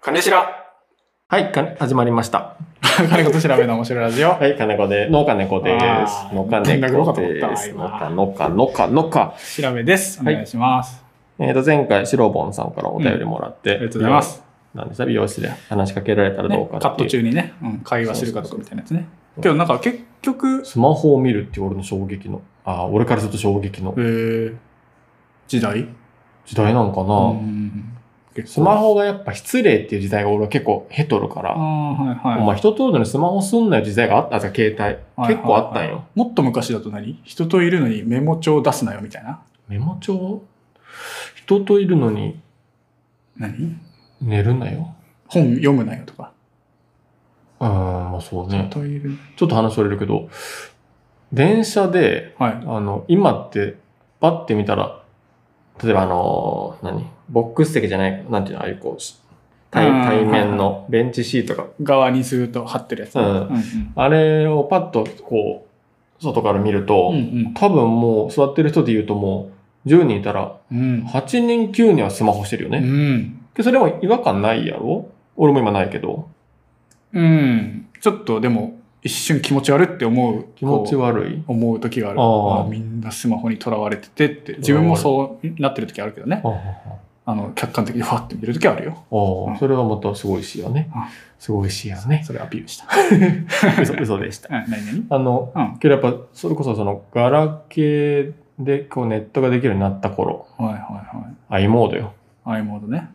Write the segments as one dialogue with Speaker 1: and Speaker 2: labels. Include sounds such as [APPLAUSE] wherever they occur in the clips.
Speaker 1: 金しら
Speaker 2: はい、か始まりました。 [LAUGHS]
Speaker 3: 金子と調べの面白いラジオ。
Speaker 2: はい、金子で、農家猫で
Speaker 3: あ
Speaker 2: す。
Speaker 3: ー
Speaker 2: 農家
Speaker 3: なんだか
Speaker 2: 猫
Speaker 3: わかった
Speaker 2: で
Speaker 3: わ
Speaker 2: す。農
Speaker 3: 今
Speaker 2: 家、農家、農家、農家。
Speaker 3: 調べです。お願いします。
Speaker 2: えっ、と、前回、白ボンさんからお便りもらって、
Speaker 3: ありがとうございます。
Speaker 2: なんでした美容室で話しかけられたらどう
Speaker 3: ね、
Speaker 2: か
Speaker 3: カ
Speaker 2: っ
Speaker 3: ッ
Speaker 2: てい
Speaker 3: ト
Speaker 2: う。
Speaker 3: 中にね、うん、会話してるかどうかみたいなやつね。けどなんか結局、
Speaker 2: スマホを見るっていう俺の衝撃の、あー俺からすると衝撃の
Speaker 3: えー、時代
Speaker 2: 時代なのかな、
Speaker 3: うん
Speaker 2: スマホがやっぱ失礼っていう時代が俺は結構ヘトるか
Speaker 3: ああ、
Speaker 2: ら、
Speaker 3: はい
Speaker 2: お
Speaker 3: はい。
Speaker 2: 前人といるのにスマホすんなよ時代があったじゃん携帯。
Speaker 3: はい
Speaker 2: 結構あったんよ。
Speaker 3: もっと昔だと何人といるのにメモ帳出すなよみたいな。
Speaker 2: メモ帳人といるのに
Speaker 3: 何
Speaker 2: 寝るなよ。
Speaker 3: 本読むなよとか。
Speaker 2: うん、まあそうね
Speaker 3: 人。といる。
Speaker 2: ちょっと話それるけど、電車で、
Speaker 3: はい。
Speaker 2: あの、今って、パッて見たら、例えばあの、何ボックス席じゃない、なんていうの、ああいうこう、対
Speaker 3: うん
Speaker 2: 対面のベンチシートが、
Speaker 3: 側にずっと貼ってるやつね。
Speaker 2: うん
Speaker 3: うん。
Speaker 2: あれをパッとこう、外から見ると、
Speaker 3: うん
Speaker 2: 多分もう座ってる人で言うともう、10人いたら、
Speaker 3: うん。うん。
Speaker 2: 8人9人はスマホしてるよ
Speaker 3: う
Speaker 2: ね。
Speaker 3: ん。
Speaker 2: でそれも違和感ないやろ俺も今ないけど。
Speaker 3: うん。ちょっとでも、一瞬気持ち悪って思う。
Speaker 2: 気持ち
Speaker 3: こう
Speaker 2: 悪い。
Speaker 3: 思う時がある
Speaker 2: あー
Speaker 3: あみんなスマホにとらわれててって自分もそうなってる時あるけどね
Speaker 2: ああ
Speaker 3: あの客観的にファって見る時はあるよ
Speaker 2: あ
Speaker 3: うん
Speaker 2: あ、それはまたすごいしやね
Speaker 3: あ。
Speaker 2: すごいしやね。
Speaker 3: それアピール [LAUGHS] した
Speaker 2: 嘘嘘でした。
Speaker 3: うん何々
Speaker 2: あの、
Speaker 3: うん
Speaker 2: けどやっぱ、それこそその、ガラケーでこうネットができるようになった頃、
Speaker 3: はいはいはい
Speaker 2: i モードよ。
Speaker 3: i モードね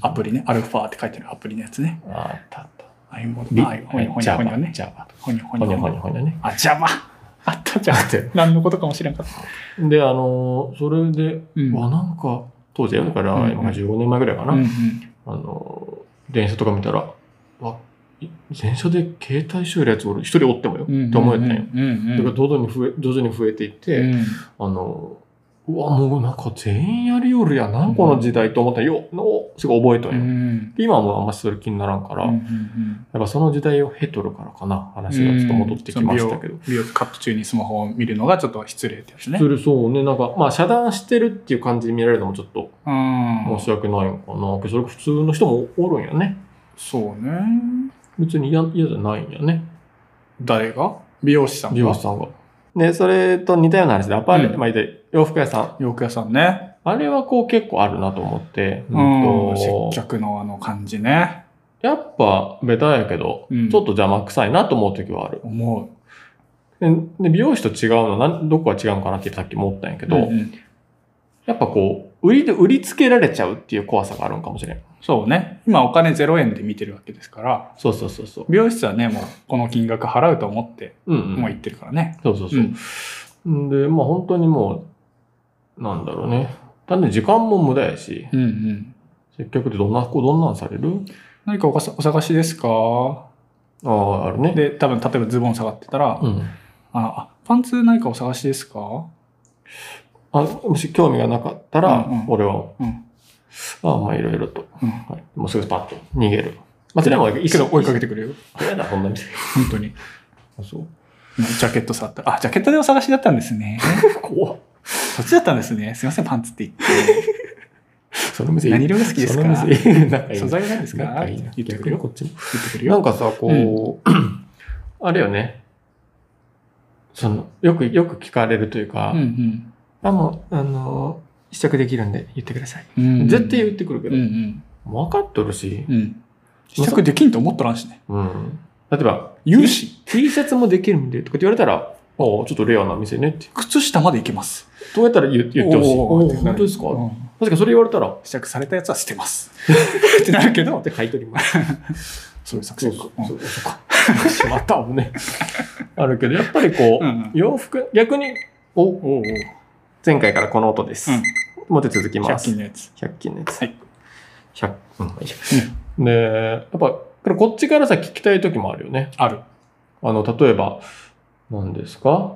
Speaker 3: アプ
Speaker 2: リ。
Speaker 3: リねアルファって書いてるアプリのやつね
Speaker 2: あーあったあった。
Speaker 3: i モード
Speaker 2: ビ
Speaker 3: まあほにゃほに
Speaker 2: ジ
Speaker 3: ゃ
Speaker 2: ャ
Speaker 3: ほ
Speaker 2: バ
Speaker 3: にゃね
Speaker 2: ジャバ
Speaker 3: ほにゃ
Speaker 2: ほ
Speaker 3: ほに
Speaker 2: に
Speaker 3: ゃ
Speaker 2: ゃほ
Speaker 3: ほ
Speaker 2: にゃ
Speaker 3: にゃ
Speaker 2: ほにゃね。
Speaker 3: あ邪魔 [LAUGHS] あったじゃん
Speaker 2: って
Speaker 3: 何のことかもしれんかった
Speaker 2: で、あのー、それで、
Speaker 3: うん
Speaker 2: わ、なんか、当時だから、
Speaker 3: うんうん
Speaker 2: 今から15年前ぐらいかな。
Speaker 3: うんうん
Speaker 2: あのー、電車とか見たら、わ、い電車で携帯してるやつ俺一人おってもよ、
Speaker 3: うん
Speaker 2: って思えてね。
Speaker 3: うんう
Speaker 2: だ
Speaker 3: ん
Speaker 2: から徐々に増え、徐々に増えていって、
Speaker 3: うん
Speaker 2: あの、うわ、もうなんか全員やりよるやんなん、この時代と思ったら、よ、の、すごい覚え
Speaker 3: う
Speaker 2: たんよ。
Speaker 3: ん
Speaker 2: 今はもうあんまそれ気にならんから、
Speaker 3: うんう
Speaker 2: やっ
Speaker 3: ん
Speaker 2: ぱその時代を経とるからかな、話がちょっと戻ってきましたけど
Speaker 3: うん。美容美容カット中にスマホを見るのがちょっと失礼ってやつね
Speaker 2: それそうね、なんか、まあ遮断してるっていう感じに見られるのもちょっと
Speaker 3: うん
Speaker 2: 申し訳ないのかな。けどそれ普通の人もおるんやね。
Speaker 3: そうね
Speaker 2: 別に嫌嫌じゃないんやね、
Speaker 3: 誰が美容師さんが
Speaker 2: 美容師さんが。ね、それと似たような話で、アパレル、
Speaker 3: うん
Speaker 2: まあ、洋服屋さん。
Speaker 3: 洋服屋さんね、
Speaker 2: あれはこう結構あるなと思って、
Speaker 3: うん、
Speaker 2: と
Speaker 3: 接客のあの感じね、
Speaker 2: やっぱ、ベタやけど、
Speaker 3: うん
Speaker 2: ちょっと邪魔くさいなと思う時はある。
Speaker 3: 思う
Speaker 2: で、で美容師と違うのは、なんどこが違うのかなってさっきも思ったんやけ
Speaker 3: け
Speaker 2: ど、やっぱこう、売りで、売りつけられちゃうっていう怖さがあるんかもしれん。
Speaker 3: そうね今お金0円で見てるわけですから
Speaker 2: そうそうそうそう。
Speaker 3: 美容室はねもうこの金額払うと思って
Speaker 2: うん、うん。
Speaker 3: もう行ってるからね、
Speaker 2: そうそうそう。
Speaker 3: うん
Speaker 2: ん、で、まあ本当にもう、なんだろうね。単に時間も無駄やし、
Speaker 3: うんうん
Speaker 2: 接客でどんな、こうどんなんされる
Speaker 3: 何かおかさお探しですか
Speaker 2: ああ、あるね。
Speaker 3: で多分例えばズボン下がってたら「
Speaker 2: うん。
Speaker 3: あのあパンツ何かお探しですか?
Speaker 2: あ、もし興味がなかったら、
Speaker 3: うんうん
Speaker 2: 俺は、
Speaker 3: うん
Speaker 2: ああ、まあいろいろと、
Speaker 3: うん
Speaker 2: はい。もうすぐパッと逃げる。まあそれもい」い
Speaker 3: けど追いか
Speaker 2: け
Speaker 3: けてくるよ
Speaker 2: 嫌だ、そんな店。
Speaker 3: 本当に
Speaker 2: そう。
Speaker 3: ジャケット触ったら「あジャケットでお探しだったんですね」
Speaker 2: 怖っ。
Speaker 3: そっちだったんですね。すいません、パンツって言って。
Speaker 2: その店
Speaker 3: 何色が好きです
Speaker 2: その
Speaker 3: か
Speaker 2: 店なんかいいな
Speaker 3: 素材は何です
Speaker 2: なん
Speaker 3: か
Speaker 2: かいいな
Speaker 3: 言って
Speaker 2: 逆
Speaker 3: くる
Speaker 2: にこ
Speaker 3: よ。
Speaker 2: っちも。
Speaker 3: 言ってくる
Speaker 2: な
Speaker 3: よ。
Speaker 2: んかさ、こう、 [CLEARS THROAT] あれよね。その、よく、よく聞かれるというか、
Speaker 3: うん
Speaker 2: あ、もう、あの、試着できるんで言ってください。
Speaker 3: うんうん。
Speaker 2: 絶対言ってくるけ
Speaker 3: うんう
Speaker 2: ど、
Speaker 3: ん。
Speaker 2: もう分かっとるし、
Speaker 3: うん。試着できんと思っとらんしね。
Speaker 2: うん。例えば、
Speaker 3: 言うし、
Speaker 2: T シャツもできるんで、とかって言われたら、ああ、ちょっとレアな店ねって。
Speaker 3: 靴下までいけます。
Speaker 2: どうやったら言言ってほしい。
Speaker 3: おー
Speaker 2: おー本当ですか、
Speaker 3: うん
Speaker 2: 確かにそれ言われ [LAUGHS] たら、っ
Speaker 3: 試着されたやつは捨てます。ってなるけど、
Speaker 2: て買い取ります。
Speaker 3: そういう作
Speaker 2: そ
Speaker 3: 戦
Speaker 2: うそ
Speaker 3: か
Speaker 2: う。そう。そうか。しまった、危ね。あるけど、やっぱりこう、
Speaker 3: うんうん
Speaker 2: 洋服、逆に、お、
Speaker 3: おおう。
Speaker 2: 前回からこの音です。
Speaker 3: うん
Speaker 2: もう一回続きま
Speaker 3: 100
Speaker 2: す。
Speaker 3: 均
Speaker 2: 100
Speaker 3: のやつ。
Speaker 2: 均のやつ。
Speaker 3: はい
Speaker 2: 100、うん、よいしょで、やっぱ、これこっちからさ、聞きたい時もあるよね。
Speaker 3: ある。
Speaker 2: あの、例えば、何ですか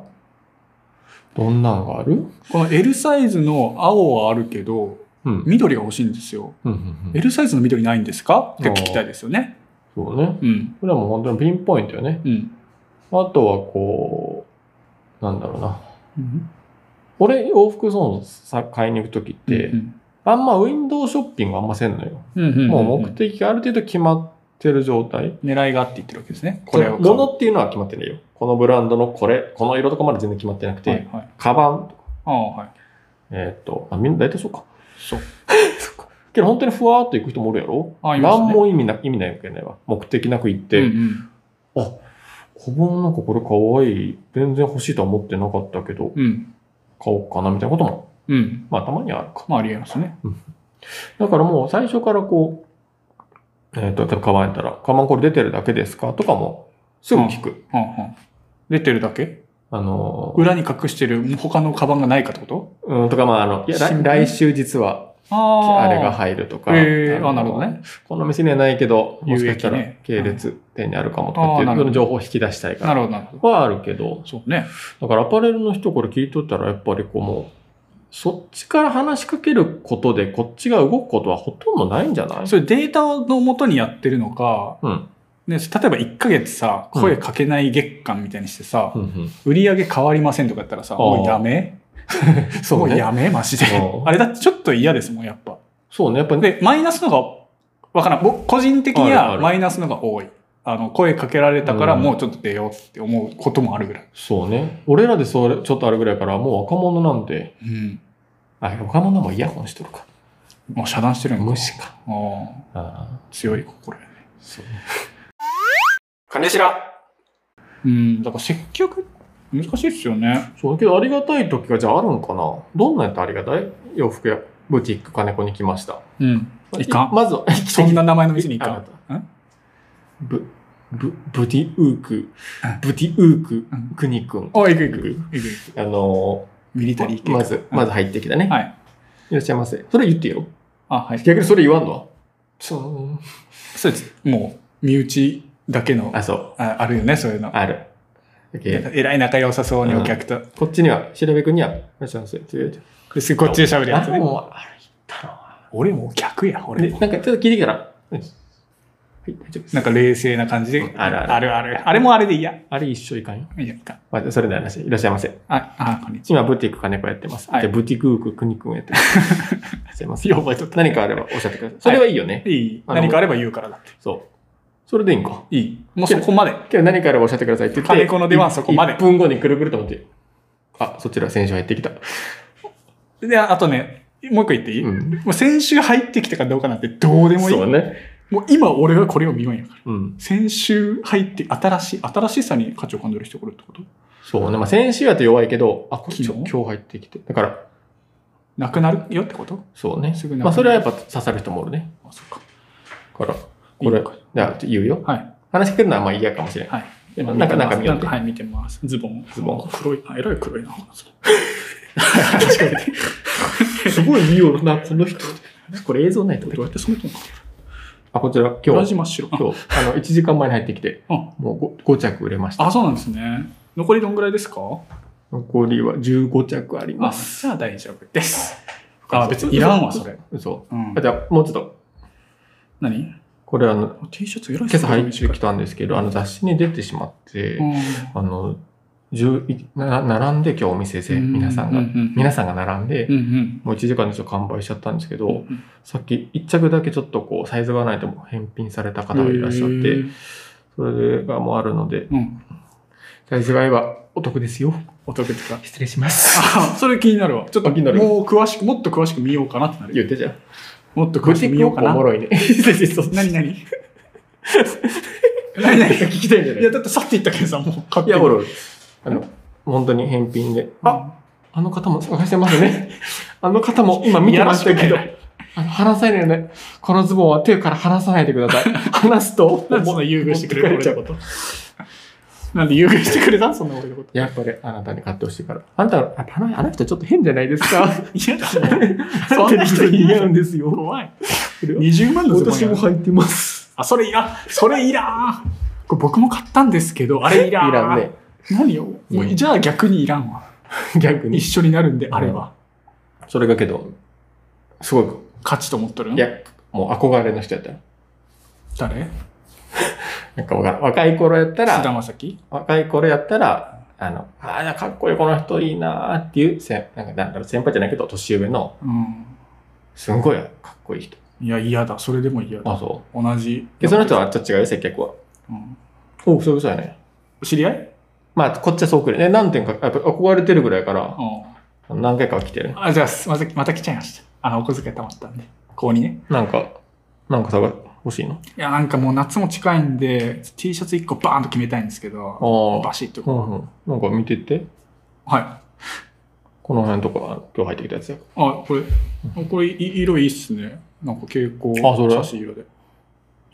Speaker 2: どんなんがある
Speaker 3: この L サイズの青はあるけど、
Speaker 2: うん。
Speaker 3: 緑が欲しいんですよ。
Speaker 2: うんうんうん
Speaker 3: L サイズの緑ないんですかって聞きたいですよね。
Speaker 2: そうね。
Speaker 3: うん。
Speaker 2: これはもう本当にピンポイントよね。
Speaker 3: うん。
Speaker 2: あとはこう、なんだろうな。
Speaker 3: うん
Speaker 2: 俺、洋服そのさ買いに行く時って、
Speaker 3: うん
Speaker 2: あんまウィンドウショッピングあんませんのよ。
Speaker 3: うんうんうん
Speaker 2: もう
Speaker 3: う
Speaker 2: 目的がある程度決まってる状態。
Speaker 3: 狙いがあって言ってるわけですね。これを買う。
Speaker 2: 物っていうのは決まってないよ。このブランドのこれ、この色とかまで全然決まってなくて、
Speaker 3: はいはい。
Speaker 2: カバンとか、
Speaker 3: ああ、はい。
Speaker 2: えーっと、あ、みんな大体そうか。
Speaker 3: そう。
Speaker 2: けど本当にふわーっと行く人もおるやろ
Speaker 3: あいますね
Speaker 2: 何も意味な、意味ないわけないわ。目的なく行って、
Speaker 3: うんうん
Speaker 2: 小盆なんかこれ可愛い。全然欲しいとは思ってなかったけど、
Speaker 3: うん。
Speaker 2: 買おうかなみたいなことも、
Speaker 3: うん。
Speaker 2: まあたまにはあるか。
Speaker 3: まあ、ありえますね。
Speaker 2: だからもう最初からこう、えっ、と、例えばカバンやったら、カバンこれ出てるだけですかとかも、すぐ聞く。
Speaker 3: はんはん出てるだけ
Speaker 2: あのー
Speaker 3: 裏に隠してる他のカバンがないかってこと
Speaker 2: うん、とか、まあ、あの、いや、
Speaker 3: 新
Speaker 2: 来
Speaker 3: 聞
Speaker 2: 来週実は、
Speaker 3: あ
Speaker 2: あれが入るとか。
Speaker 3: ええ
Speaker 2: の
Speaker 3: あ、なるほどね。
Speaker 2: この店にはないけど、もしかした
Speaker 3: 有
Speaker 2: ら
Speaker 3: 益ね
Speaker 2: 系列店にあるかもとかってい
Speaker 3: あーな
Speaker 2: う、
Speaker 3: る
Speaker 2: そ
Speaker 3: ほど
Speaker 2: の情報を引き出したいか
Speaker 3: な
Speaker 2: ら。
Speaker 3: るほど、なるほど。
Speaker 2: はあるけど、
Speaker 3: そうね。
Speaker 2: だからアパレルの人これ聞いとったら、やっぱりこうもう、そっちから話しかけることで、こっちが動くことはほとんどないんじゃない
Speaker 3: それデータのもとにやってるのか、
Speaker 2: うん
Speaker 3: ね、例えば1ヶ月さ、
Speaker 2: うん
Speaker 3: 声かけない月間みたいにしてさ、
Speaker 2: うんうん
Speaker 3: 売り上げ変わりませんとかやったらさ、
Speaker 2: あー
Speaker 3: もうやめ
Speaker 2: そうね
Speaker 3: もうやめマジで
Speaker 2: う。ん
Speaker 3: あれだってちょっと嫌ですもん、やっぱ。
Speaker 2: そうね、やっぱり、
Speaker 3: で、マイナスのが、わからん。僕、個人的に
Speaker 2: あるあ
Speaker 3: は
Speaker 2: る
Speaker 3: マイナスのが多い。あの、声かけられたから
Speaker 2: うん
Speaker 3: もうちょっと出ようって思うこともあるぐらい。
Speaker 2: そうね。俺らでそれ、ちょっとあるぐらいから、もう若者なんで、
Speaker 3: うん。
Speaker 2: あ、若者もイヤホンしとるか。
Speaker 3: もう遮断してるのか。
Speaker 2: 視か。
Speaker 3: あー
Speaker 2: ああ、
Speaker 3: 強い心やね。
Speaker 2: そう。
Speaker 3: 金白うん、だから接客、難しいですよね。
Speaker 2: そうだけど、ありがたい時がじゃああるんかな。どんなやつありがたい洋服や、ブティック金子に来ました。
Speaker 3: うん。いかん
Speaker 2: まずは、
Speaker 3: [LAUGHS] そんな名前の店に行
Speaker 2: あ
Speaker 3: か。
Speaker 2: なんたブ、ブ、ブティウーク、ブティウーク
Speaker 3: うん、
Speaker 2: くにくん。
Speaker 3: あ、行く行く。行く行く。
Speaker 2: あの
Speaker 3: ミリタリ
Speaker 2: ー、
Speaker 3: ー系。
Speaker 2: まず、まず入ってきたね。
Speaker 3: はい。
Speaker 2: いらっしゃいませ。それ言ってよ。
Speaker 3: あ、はい。
Speaker 2: 逆にそれ言わんのはそう。
Speaker 3: そうです。もう、身内だけの、
Speaker 2: あ、そう。
Speaker 3: ああるよね、そういうの。
Speaker 2: ある。だけ
Speaker 3: なんかえらい仲良さそうにお客と。
Speaker 2: こっちには、調べくんには、いらっしゃいませ。
Speaker 3: ですぐこっちで喋るやつね。
Speaker 2: もう、あれ言ったの
Speaker 3: 俺もう客や、
Speaker 2: で、
Speaker 3: 俺
Speaker 2: なんか
Speaker 3: も。
Speaker 2: ちょっと聞いてきたら、うんはい、大丈夫です。
Speaker 3: なんか冷静な感じで。
Speaker 2: うんあるある
Speaker 3: あるある。あれもあれで嫌。い
Speaker 2: あれ一緒いかんよ。
Speaker 3: や、いか。
Speaker 2: まあ、それならしい。いらっしゃいませ。
Speaker 3: あ、あ、こんにち
Speaker 2: 今、ブティック金子やってます。
Speaker 3: はい
Speaker 2: じゃあブティックウーク国君やってます。いら
Speaker 3: [LAUGHS]
Speaker 2: っしゃいませ。
Speaker 3: よう覚えとった
Speaker 2: 何かあればおっしゃってください。それはいいよね。
Speaker 3: は。いい。
Speaker 2: あの
Speaker 3: 何かあれば言うからだって。
Speaker 2: そう。それでいいんか。
Speaker 3: いい。もうそこまで。
Speaker 2: 今日何かあればおっしゃってくださいって言って。
Speaker 3: 金子の出番はそこまで
Speaker 2: 1分後にくるくると思って。あ、そちら選手入ってきた。
Speaker 3: で、あとね、もう一個言っていい、
Speaker 2: うん。
Speaker 3: もう先週入ってきたかどうかなんてどうでもいい。
Speaker 2: そうね。
Speaker 3: もう今俺はこれを見ようんやか
Speaker 2: う
Speaker 3: ら。
Speaker 2: ん。
Speaker 3: 先週入って、新しい、新しさに価値を感じる人これってこと
Speaker 2: そうね。まあ、先週やと弱いけど、あ、こっち
Speaker 3: 昨
Speaker 2: 今
Speaker 3: 日
Speaker 2: 日入ってきて。だから、
Speaker 3: なくなるよってこと
Speaker 2: そうね
Speaker 3: すぐ。なくなる
Speaker 2: まあ、それはやっぱ刺さる人もおるね。
Speaker 3: あ、そっか。
Speaker 2: から、これ、
Speaker 3: いいのか
Speaker 2: じゃあ言うよ。
Speaker 3: はい。
Speaker 2: 話しかけるのはまあ嫌かもしれない。
Speaker 3: はい。
Speaker 2: 今なんか中身
Speaker 3: な
Speaker 2: を
Speaker 3: ん
Speaker 2: ね
Speaker 3: か、はい、見てます。ズボン。
Speaker 2: ズボン
Speaker 3: 黒い。あ、えらい黒いな、このズボン。 [LAUGHS]
Speaker 2: すごい見ような、この人。これ映像ないと
Speaker 3: どうやって染めたのか。
Speaker 2: あ、こちら、今
Speaker 3: 同
Speaker 2: 日
Speaker 3: じ、真っ白。
Speaker 2: 今日、あの、1時間前に入ってきて、
Speaker 3: あ
Speaker 2: もう 5, 着売れました。
Speaker 3: あ、そうなんですね。残りどんぐらいですか
Speaker 2: 残りは15着あり
Speaker 3: あ、
Speaker 2: ます。
Speaker 3: さあ大丈夫です。あ、別にいらんわ、それ。
Speaker 2: 嘘。
Speaker 3: うん
Speaker 2: あ。じゃあ、もうちょっと、
Speaker 3: 何
Speaker 2: これあの、
Speaker 3: ?T シャツえらい
Speaker 2: 今朝入って
Speaker 3: 短
Speaker 2: きたんですけど、あの、雑誌に出てしまって、
Speaker 3: うん
Speaker 2: あの、11な並んで今日お店で、皆さんが、
Speaker 3: ううん
Speaker 2: 皆さんが並んで
Speaker 3: う、んうん
Speaker 2: もう1時間でちょっと完売しちゃったんですけど、
Speaker 3: うん
Speaker 2: さっき1着だけちょっとこう、サイズがないと返品された方がいらっしゃっ
Speaker 3: へ
Speaker 2: て、
Speaker 3: ー
Speaker 2: それがもうあるので、
Speaker 3: うん。
Speaker 2: サイズが合えばお得ですよ。
Speaker 3: お得とか。
Speaker 2: 失礼します。
Speaker 3: あ、それ気になるわ。ちょっと
Speaker 2: あ気になる
Speaker 3: もう詳しく、もっと詳しく見ようかなってなる。
Speaker 2: 言ってじゃん。
Speaker 3: もっと
Speaker 2: ブ
Speaker 3: 詳
Speaker 2: テ
Speaker 3: し
Speaker 2: ィッ
Speaker 3: く見
Speaker 2: ク
Speaker 3: よ
Speaker 2: お
Speaker 3: うかな。
Speaker 2: もろいね。 [LAUGHS] 何
Speaker 3: 何何 [LAUGHS] 何何
Speaker 2: 聞きたいんじゃない
Speaker 3: いや、だってさって言ったけどさ、もう買
Speaker 2: い
Speaker 3: って
Speaker 2: や、
Speaker 3: る
Speaker 2: おろい。あの、本当に返品で。あ、
Speaker 3: あ、
Speaker 2: あの方も探してますね。 [LAUGHS] あの方も今見てましたけど
Speaker 3: いやらしくな。
Speaker 2: あの、離さないでね。このズボンは手から離さないでくだ [LAUGHS] さい。離すと、
Speaker 3: なんでそんな優遇してくれる
Speaker 2: 持ってか
Speaker 3: 俺の
Speaker 2: れちゃ
Speaker 3: こ
Speaker 2: う
Speaker 3: と。なんで優遇してくれたそんな俺のこと。
Speaker 2: [LAUGHS] やっぱりあなたに買ってほしいから。あなた、ああのあの人ちょっと変じゃ [LAUGHS] ないですか。
Speaker 3: 嫌だ、
Speaker 2: そ
Speaker 3: そ
Speaker 2: ん
Speaker 3: ん
Speaker 2: な
Speaker 3: な
Speaker 2: 人
Speaker 3: 人
Speaker 2: に
Speaker 3: い
Speaker 2: 似
Speaker 3: ない
Speaker 2: 合うんですよ。
Speaker 3: 怖い。20万のズボンや
Speaker 2: 入ってます。
Speaker 3: あ、それいらんそれいらんこれ僕も買ったんですけど、あれい
Speaker 2: い
Speaker 3: らん
Speaker 2: らんね。
Speaker 3: 何よ、も
Speaker 2: う
Speaker 3: うんじゃあ逆にいらんわ。
Speaker 2: 逆
Speaker 3: 一
Speaker 2: に。
Speaker 3: 緒になるんであれば、
Speaker 2: それがけど、すごく、
Speaker 3: 勝ちと思っとるん
Speaker 2: いや、もう憧れの人やったら。
Speaker 3: 誰
Speaker 2: なんかわからん若い頃やったら、
Speaker 3: 菅田将暉
Speaker 2: 若い頃やったら、あの、ああ、かっこいい、この人いいなーっていう、せんなんか、なんだろう、先輩じゃないけど、年上の
Speaker 3: うん。
Speaker 2: すんごいかっこいい人。
Speaker 3: いや、嫌だ。それでも嫌だ。
Speaker 2: あ、そ
Speaker 3: 同じ
Speaker 2: う。。で、その人はちょっと違うよ、接客は。
Speaker 3: うん
Speaker 2: おそういうことやね。
Speaker 3: 知り合い
Speaker 2: まあ、こっちはそうくれ。ね、何点か、やっぱ憧れてるぐらいから、
Speaker 3: う
Speaker 2: 何回かは来てる。
Speaker 3: ん。あ、じゃあ、また、また来ちゃいました。あの、お小遣い貯まったんで。こうにね。
Speaker 2: なんか、なんか探欲しいの
Speaker 3: いや、なんかもう夏も近いんで、T シャツ1個バーンと決めたいんですけど、
Speaker 2: あ
Speaker 3: バ
Speaker 2: あ。
Speaker 3: シッと
Speaker 2: う
Speaker 3: こ
Speaker 2: んうん。なんか見てって。
Speaker 3: う。はい。
Speaker 2: この辺とか、今日入ってきたやつや。
Speaker 3: あ、これ、これ、い色いいっすね。なんか蛍光、
Speaker 2: あそれ
Speaker 3: 差し色で。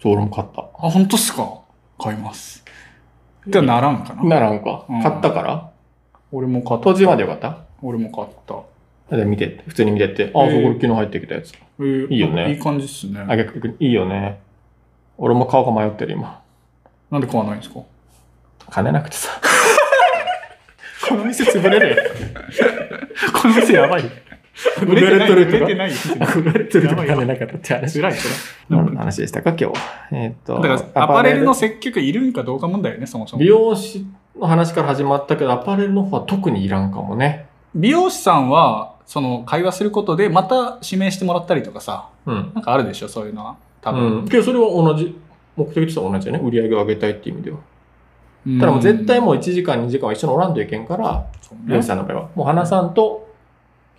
Speaker 2: そう、俺も買った。
Speaker 3: あ、本当っすか買います。じゃあならんかな。
Speaker 2: ならんか。
Speaker 3: うん
Speaker 2: 買ったから
Speaker 3: 俺も買った。
Speaker 2: 途中までよかった
Speaker 3: 俺も買った。
Speaker 2: あじゃあ見てって。普通に見てって。あ、
Speaker 3: えー
Speaker 2: そう、これ昨日入ってきたやつ。
Speaker 3: えー
Speaker 2: いいよね
Speaker 3: いい感じっすね。
Speaker 2: あ、逆にいいよね。俺も顔が迷ってる、今。
Speaker 3: なんで買わないんですか
Speaker 2: 金なくてさ。 [LAUGHS] この店潰れる
Speaker 3: [LAUGHS]
Speaker 2: よ。 [LAUGHS] この店やばい。売れてるとか
Speaker 3: 売れてないよ。
Speaker 2: [LAUGHS] 売れてるとか金なかったって話。
Speaker 3: 辛い、それ。
Speaker 2: 何の話でしたか、今日は。えーっと、
Speaker 3: だから、アパレルの接客いるんかどうか問題よね、そもそも
Speaker 2: 美。容師の話から始まったけど、アパレルの方は特にいらんかもね。
Speaker 3: 美容師さんは、その、会話することで、また指名してもらったりとかさ、
Speaker 2: うん。
Speaker 3: なんかあるでしょ、そういうのは。多分。
Speaker 2: うん。けどそれは同じ、目的としては同じだよね。売り上げを上げたいっていう意味では。ただもう絶対もう1時間、2時間は一緒におらんといけんから、
Speaker 3: そう
Speaker 2: 美容
Speaker 3: ね
Speaker 2: 師さんの場合は。もう花さんと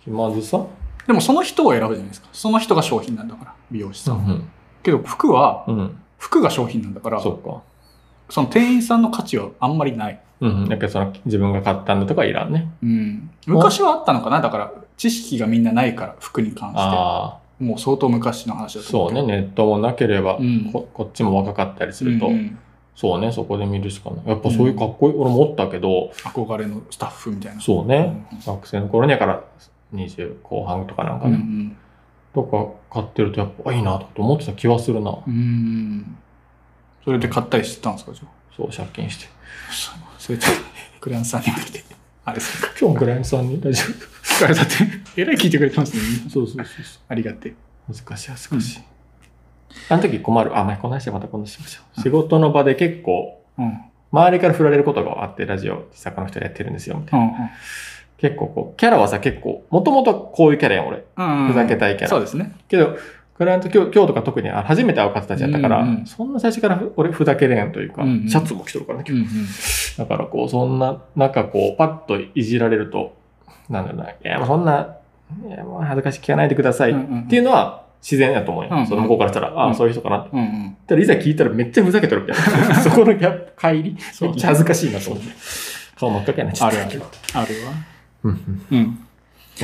Speaker 2: 気まずさ。
Speaker 3: でもその人を選ぶじゃないですか。その人が商品なんだから、美容師さん。
Speaker 2: ん。
Speaker 3: けど、服は、
Speaker 2: うん。
Speaker 3: 服が商品なんだから、
Speaker 2: そ
Speaker 3: そ
Speaker 2: っか。
Speaker 3: の店員さんの価値はあんまりない。
Speaker 2: うんうん。やっぱりその自分が買ったんだとかはいらんね。
Speaker 3: うん。昔はあったのかなだから、知識がみんなないから、服に関して。
Speaker 2: ああ、
Speaker 3: もう相当昔の話だと
Speaker 2: そ
Speaker 3: 思
Speaker 2: う
Speaker 3: け
Speaker 2: ね。
Speaker 3: ど。
Speaker 2: ネットもなければ、
Speaker 3: うん
Speaker 2: ここっちも若かったりすると、
Speaker 3: うんうん
Speaker 2: そうね、そこで見るしかない。やっぱそういうかっこいい、俺もおったけど、
Speaker 3: 憧れのスタッフみたいな。
Speaker 2: そう
Speaker 3: う
Speaker 2: ね、
Speaker 3: ん
Speaker 2: 学生の頃にやから20後半とかなんか
Speaker 3: うんう
Speaker 2: ね、
Speaker 3: ん。
Speaker 2: とか買ってるとやっぱあいいなと思ってた気はするな。
Speaker 3: うん。それで買ったりしてたんですかじゃ
Speaker 2: そう、借金して。
Speaker 3: あ。 [LAUGHS] そうそれで、クランさんに向けて。あ
Speaker 2: [LAUGHS]
Speaker 3: れですか。
Speaker 2: 今日もクライアントさんに大丈
Speaker 3: あれだって、えらい聞いてくれてますね。みんな
Speaker 2: 夫そうそうそうそう。
Speaker 3: ありがてえ。
Speaker 2: 難しい、難しい。あの時困る。あ、まあ、この話はまた今度しましょう。仕事の場で結構、
Speaker 3: うん。うん
Speaker 2: 周りから振られることがあって、ラジオ、実はこの人やってるんですよ、みたいな。
Speaker 3: うん。
Speaker 2: 結構こう、キャラはさ、結構、もともとこういうキャラやん、俺。
Speaker 3: ふ
Speaker 2: ふざけたいキャラ
Speaker 3: そうですね。
Speaker 2: けど、クライアント今日今日とか特にあ初めて会う方たちやったから、
Speaker 3: うんうん
Speaker 2: そんな最初からふ俺ふざけれんというか、
Speaker 3: うんうん
Speaker 2: シャツも着とるからね、
Speaker 3: うんうん。
Speaker 2: だからこう、そんな、なんかこう、パッといじられると、なんだろうな、いや、もうそんな、いや、もう恥ずかしい聞かないでください、
Speaker 3: うんうんうん
Speaker 2: っていうのは自然やと思うよ。
Speaker 3: うんうん
Speaker 2: その向こうからしたら、あ
Speaker 3: う
Speaker 2: あ、
Speaker 3: ん
Speaker 2: そういう人かなって。
Speaker 3: うんうん。
Speaker 2: ただいざ聞いたらめっちゃふざけてるみたい [LAUGHS] な。そこのギャップ、帰り、
Speaker 3: そ
Speaker 2: め
Speaker 3: う
Speaker 2: っちゃ恥ずかしいなと思って。顔真っ赤けやな、ちょっ
Speaker 3: あ
Speaker 2: と
Speaker 3: るある。あるわ。
Speaker 2: うんうん
Speaker 3: うん。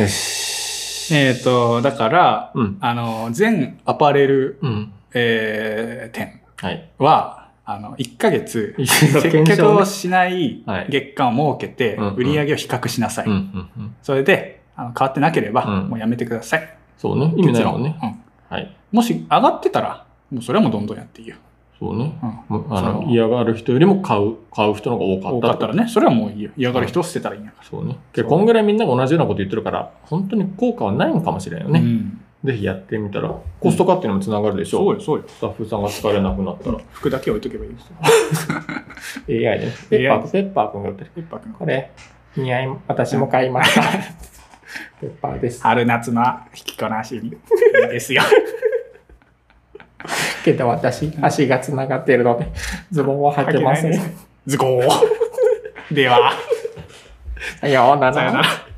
Speaker 2: よし。
Speaker 3: えっと、だから、
Speaker 2: うん。
Speaker 3: あの、全アパレル、
Speaker 2: うん。
Speaker 3: えー店
Speaker 2: [LAUGHS] はい。
Speaker 3: は、あの、1ヶ月、接
Speaker 2: 接
Speaker 3: 客をしない
Speaker 2: はい
Speaker 3: 月間を設けて
Speaker 2: うんうん、
Speaker 3: 売り上げを比較しなさい。
Speaker 2: うんうんうん。
Speaker 3: それで、あの変わってなければ、
Speaker 2: うん
Speaker 3: もうやめてください。
Speaker 2: そうね。意味ないもんね。
Speaker 3: 結論うん
Speaker 2: はい。
Speaker 3: もし上がってたら、もうそれはもうどんどんやっていいよ。
Speaker 2: そうね。
Speaker 3: うん
Speaker 2: もうあ
Speaker 3: そ
Speaker 2: の
Speaker 3: う
Speaker 2: 嫌がる人よりも買う、買う人の方が多
Speaker 3: 多
Speaker 2: か
Speaker 3: か
Speaker 2: っ
Speaker 3: っ
Speaker 2: と。
Speaker 3: たたらね、それはもういいよ。嫌がる人を捨てたらいいんやか
Speaker 2: そうね。でこんぐらいみんなが同じようなこと言ってるから、本当に効果はないのかもしれんよ
Speaker 3: ら。
Speaker 2: ね。
Speaker 3: うん
Speaker 2: ぜひやってみたら、コストカットにもつながるでし
Speaker 3: そ
Speaker 2: ょ
Speaker 3: うよ、そうよ。
Speaker 2: スタッフさんが疲れなくなったら。
Speaker 3: 服だけ置いとけばいいです。
Speaker 2: AI でね。ペッパーくん、ペッパーくんが売ってる。
Speaker 3: ペッパー君
Speaker 2: これ、似合い、私も買いました。 [LAUGHS] ペッパーです。
Speaker 3: 春夏の引きこなしに。いいで
Speaker 2: [LAUGHS]
Speaker 3: すよ。
Speaker 2: けど私、足がつながっているので、ズボンは履けません。
Speaker 3: ズコー。では、
Speaker 2: さような
Speaker 3: さよな
Speaker 2: ら
Speaker 3: ら。。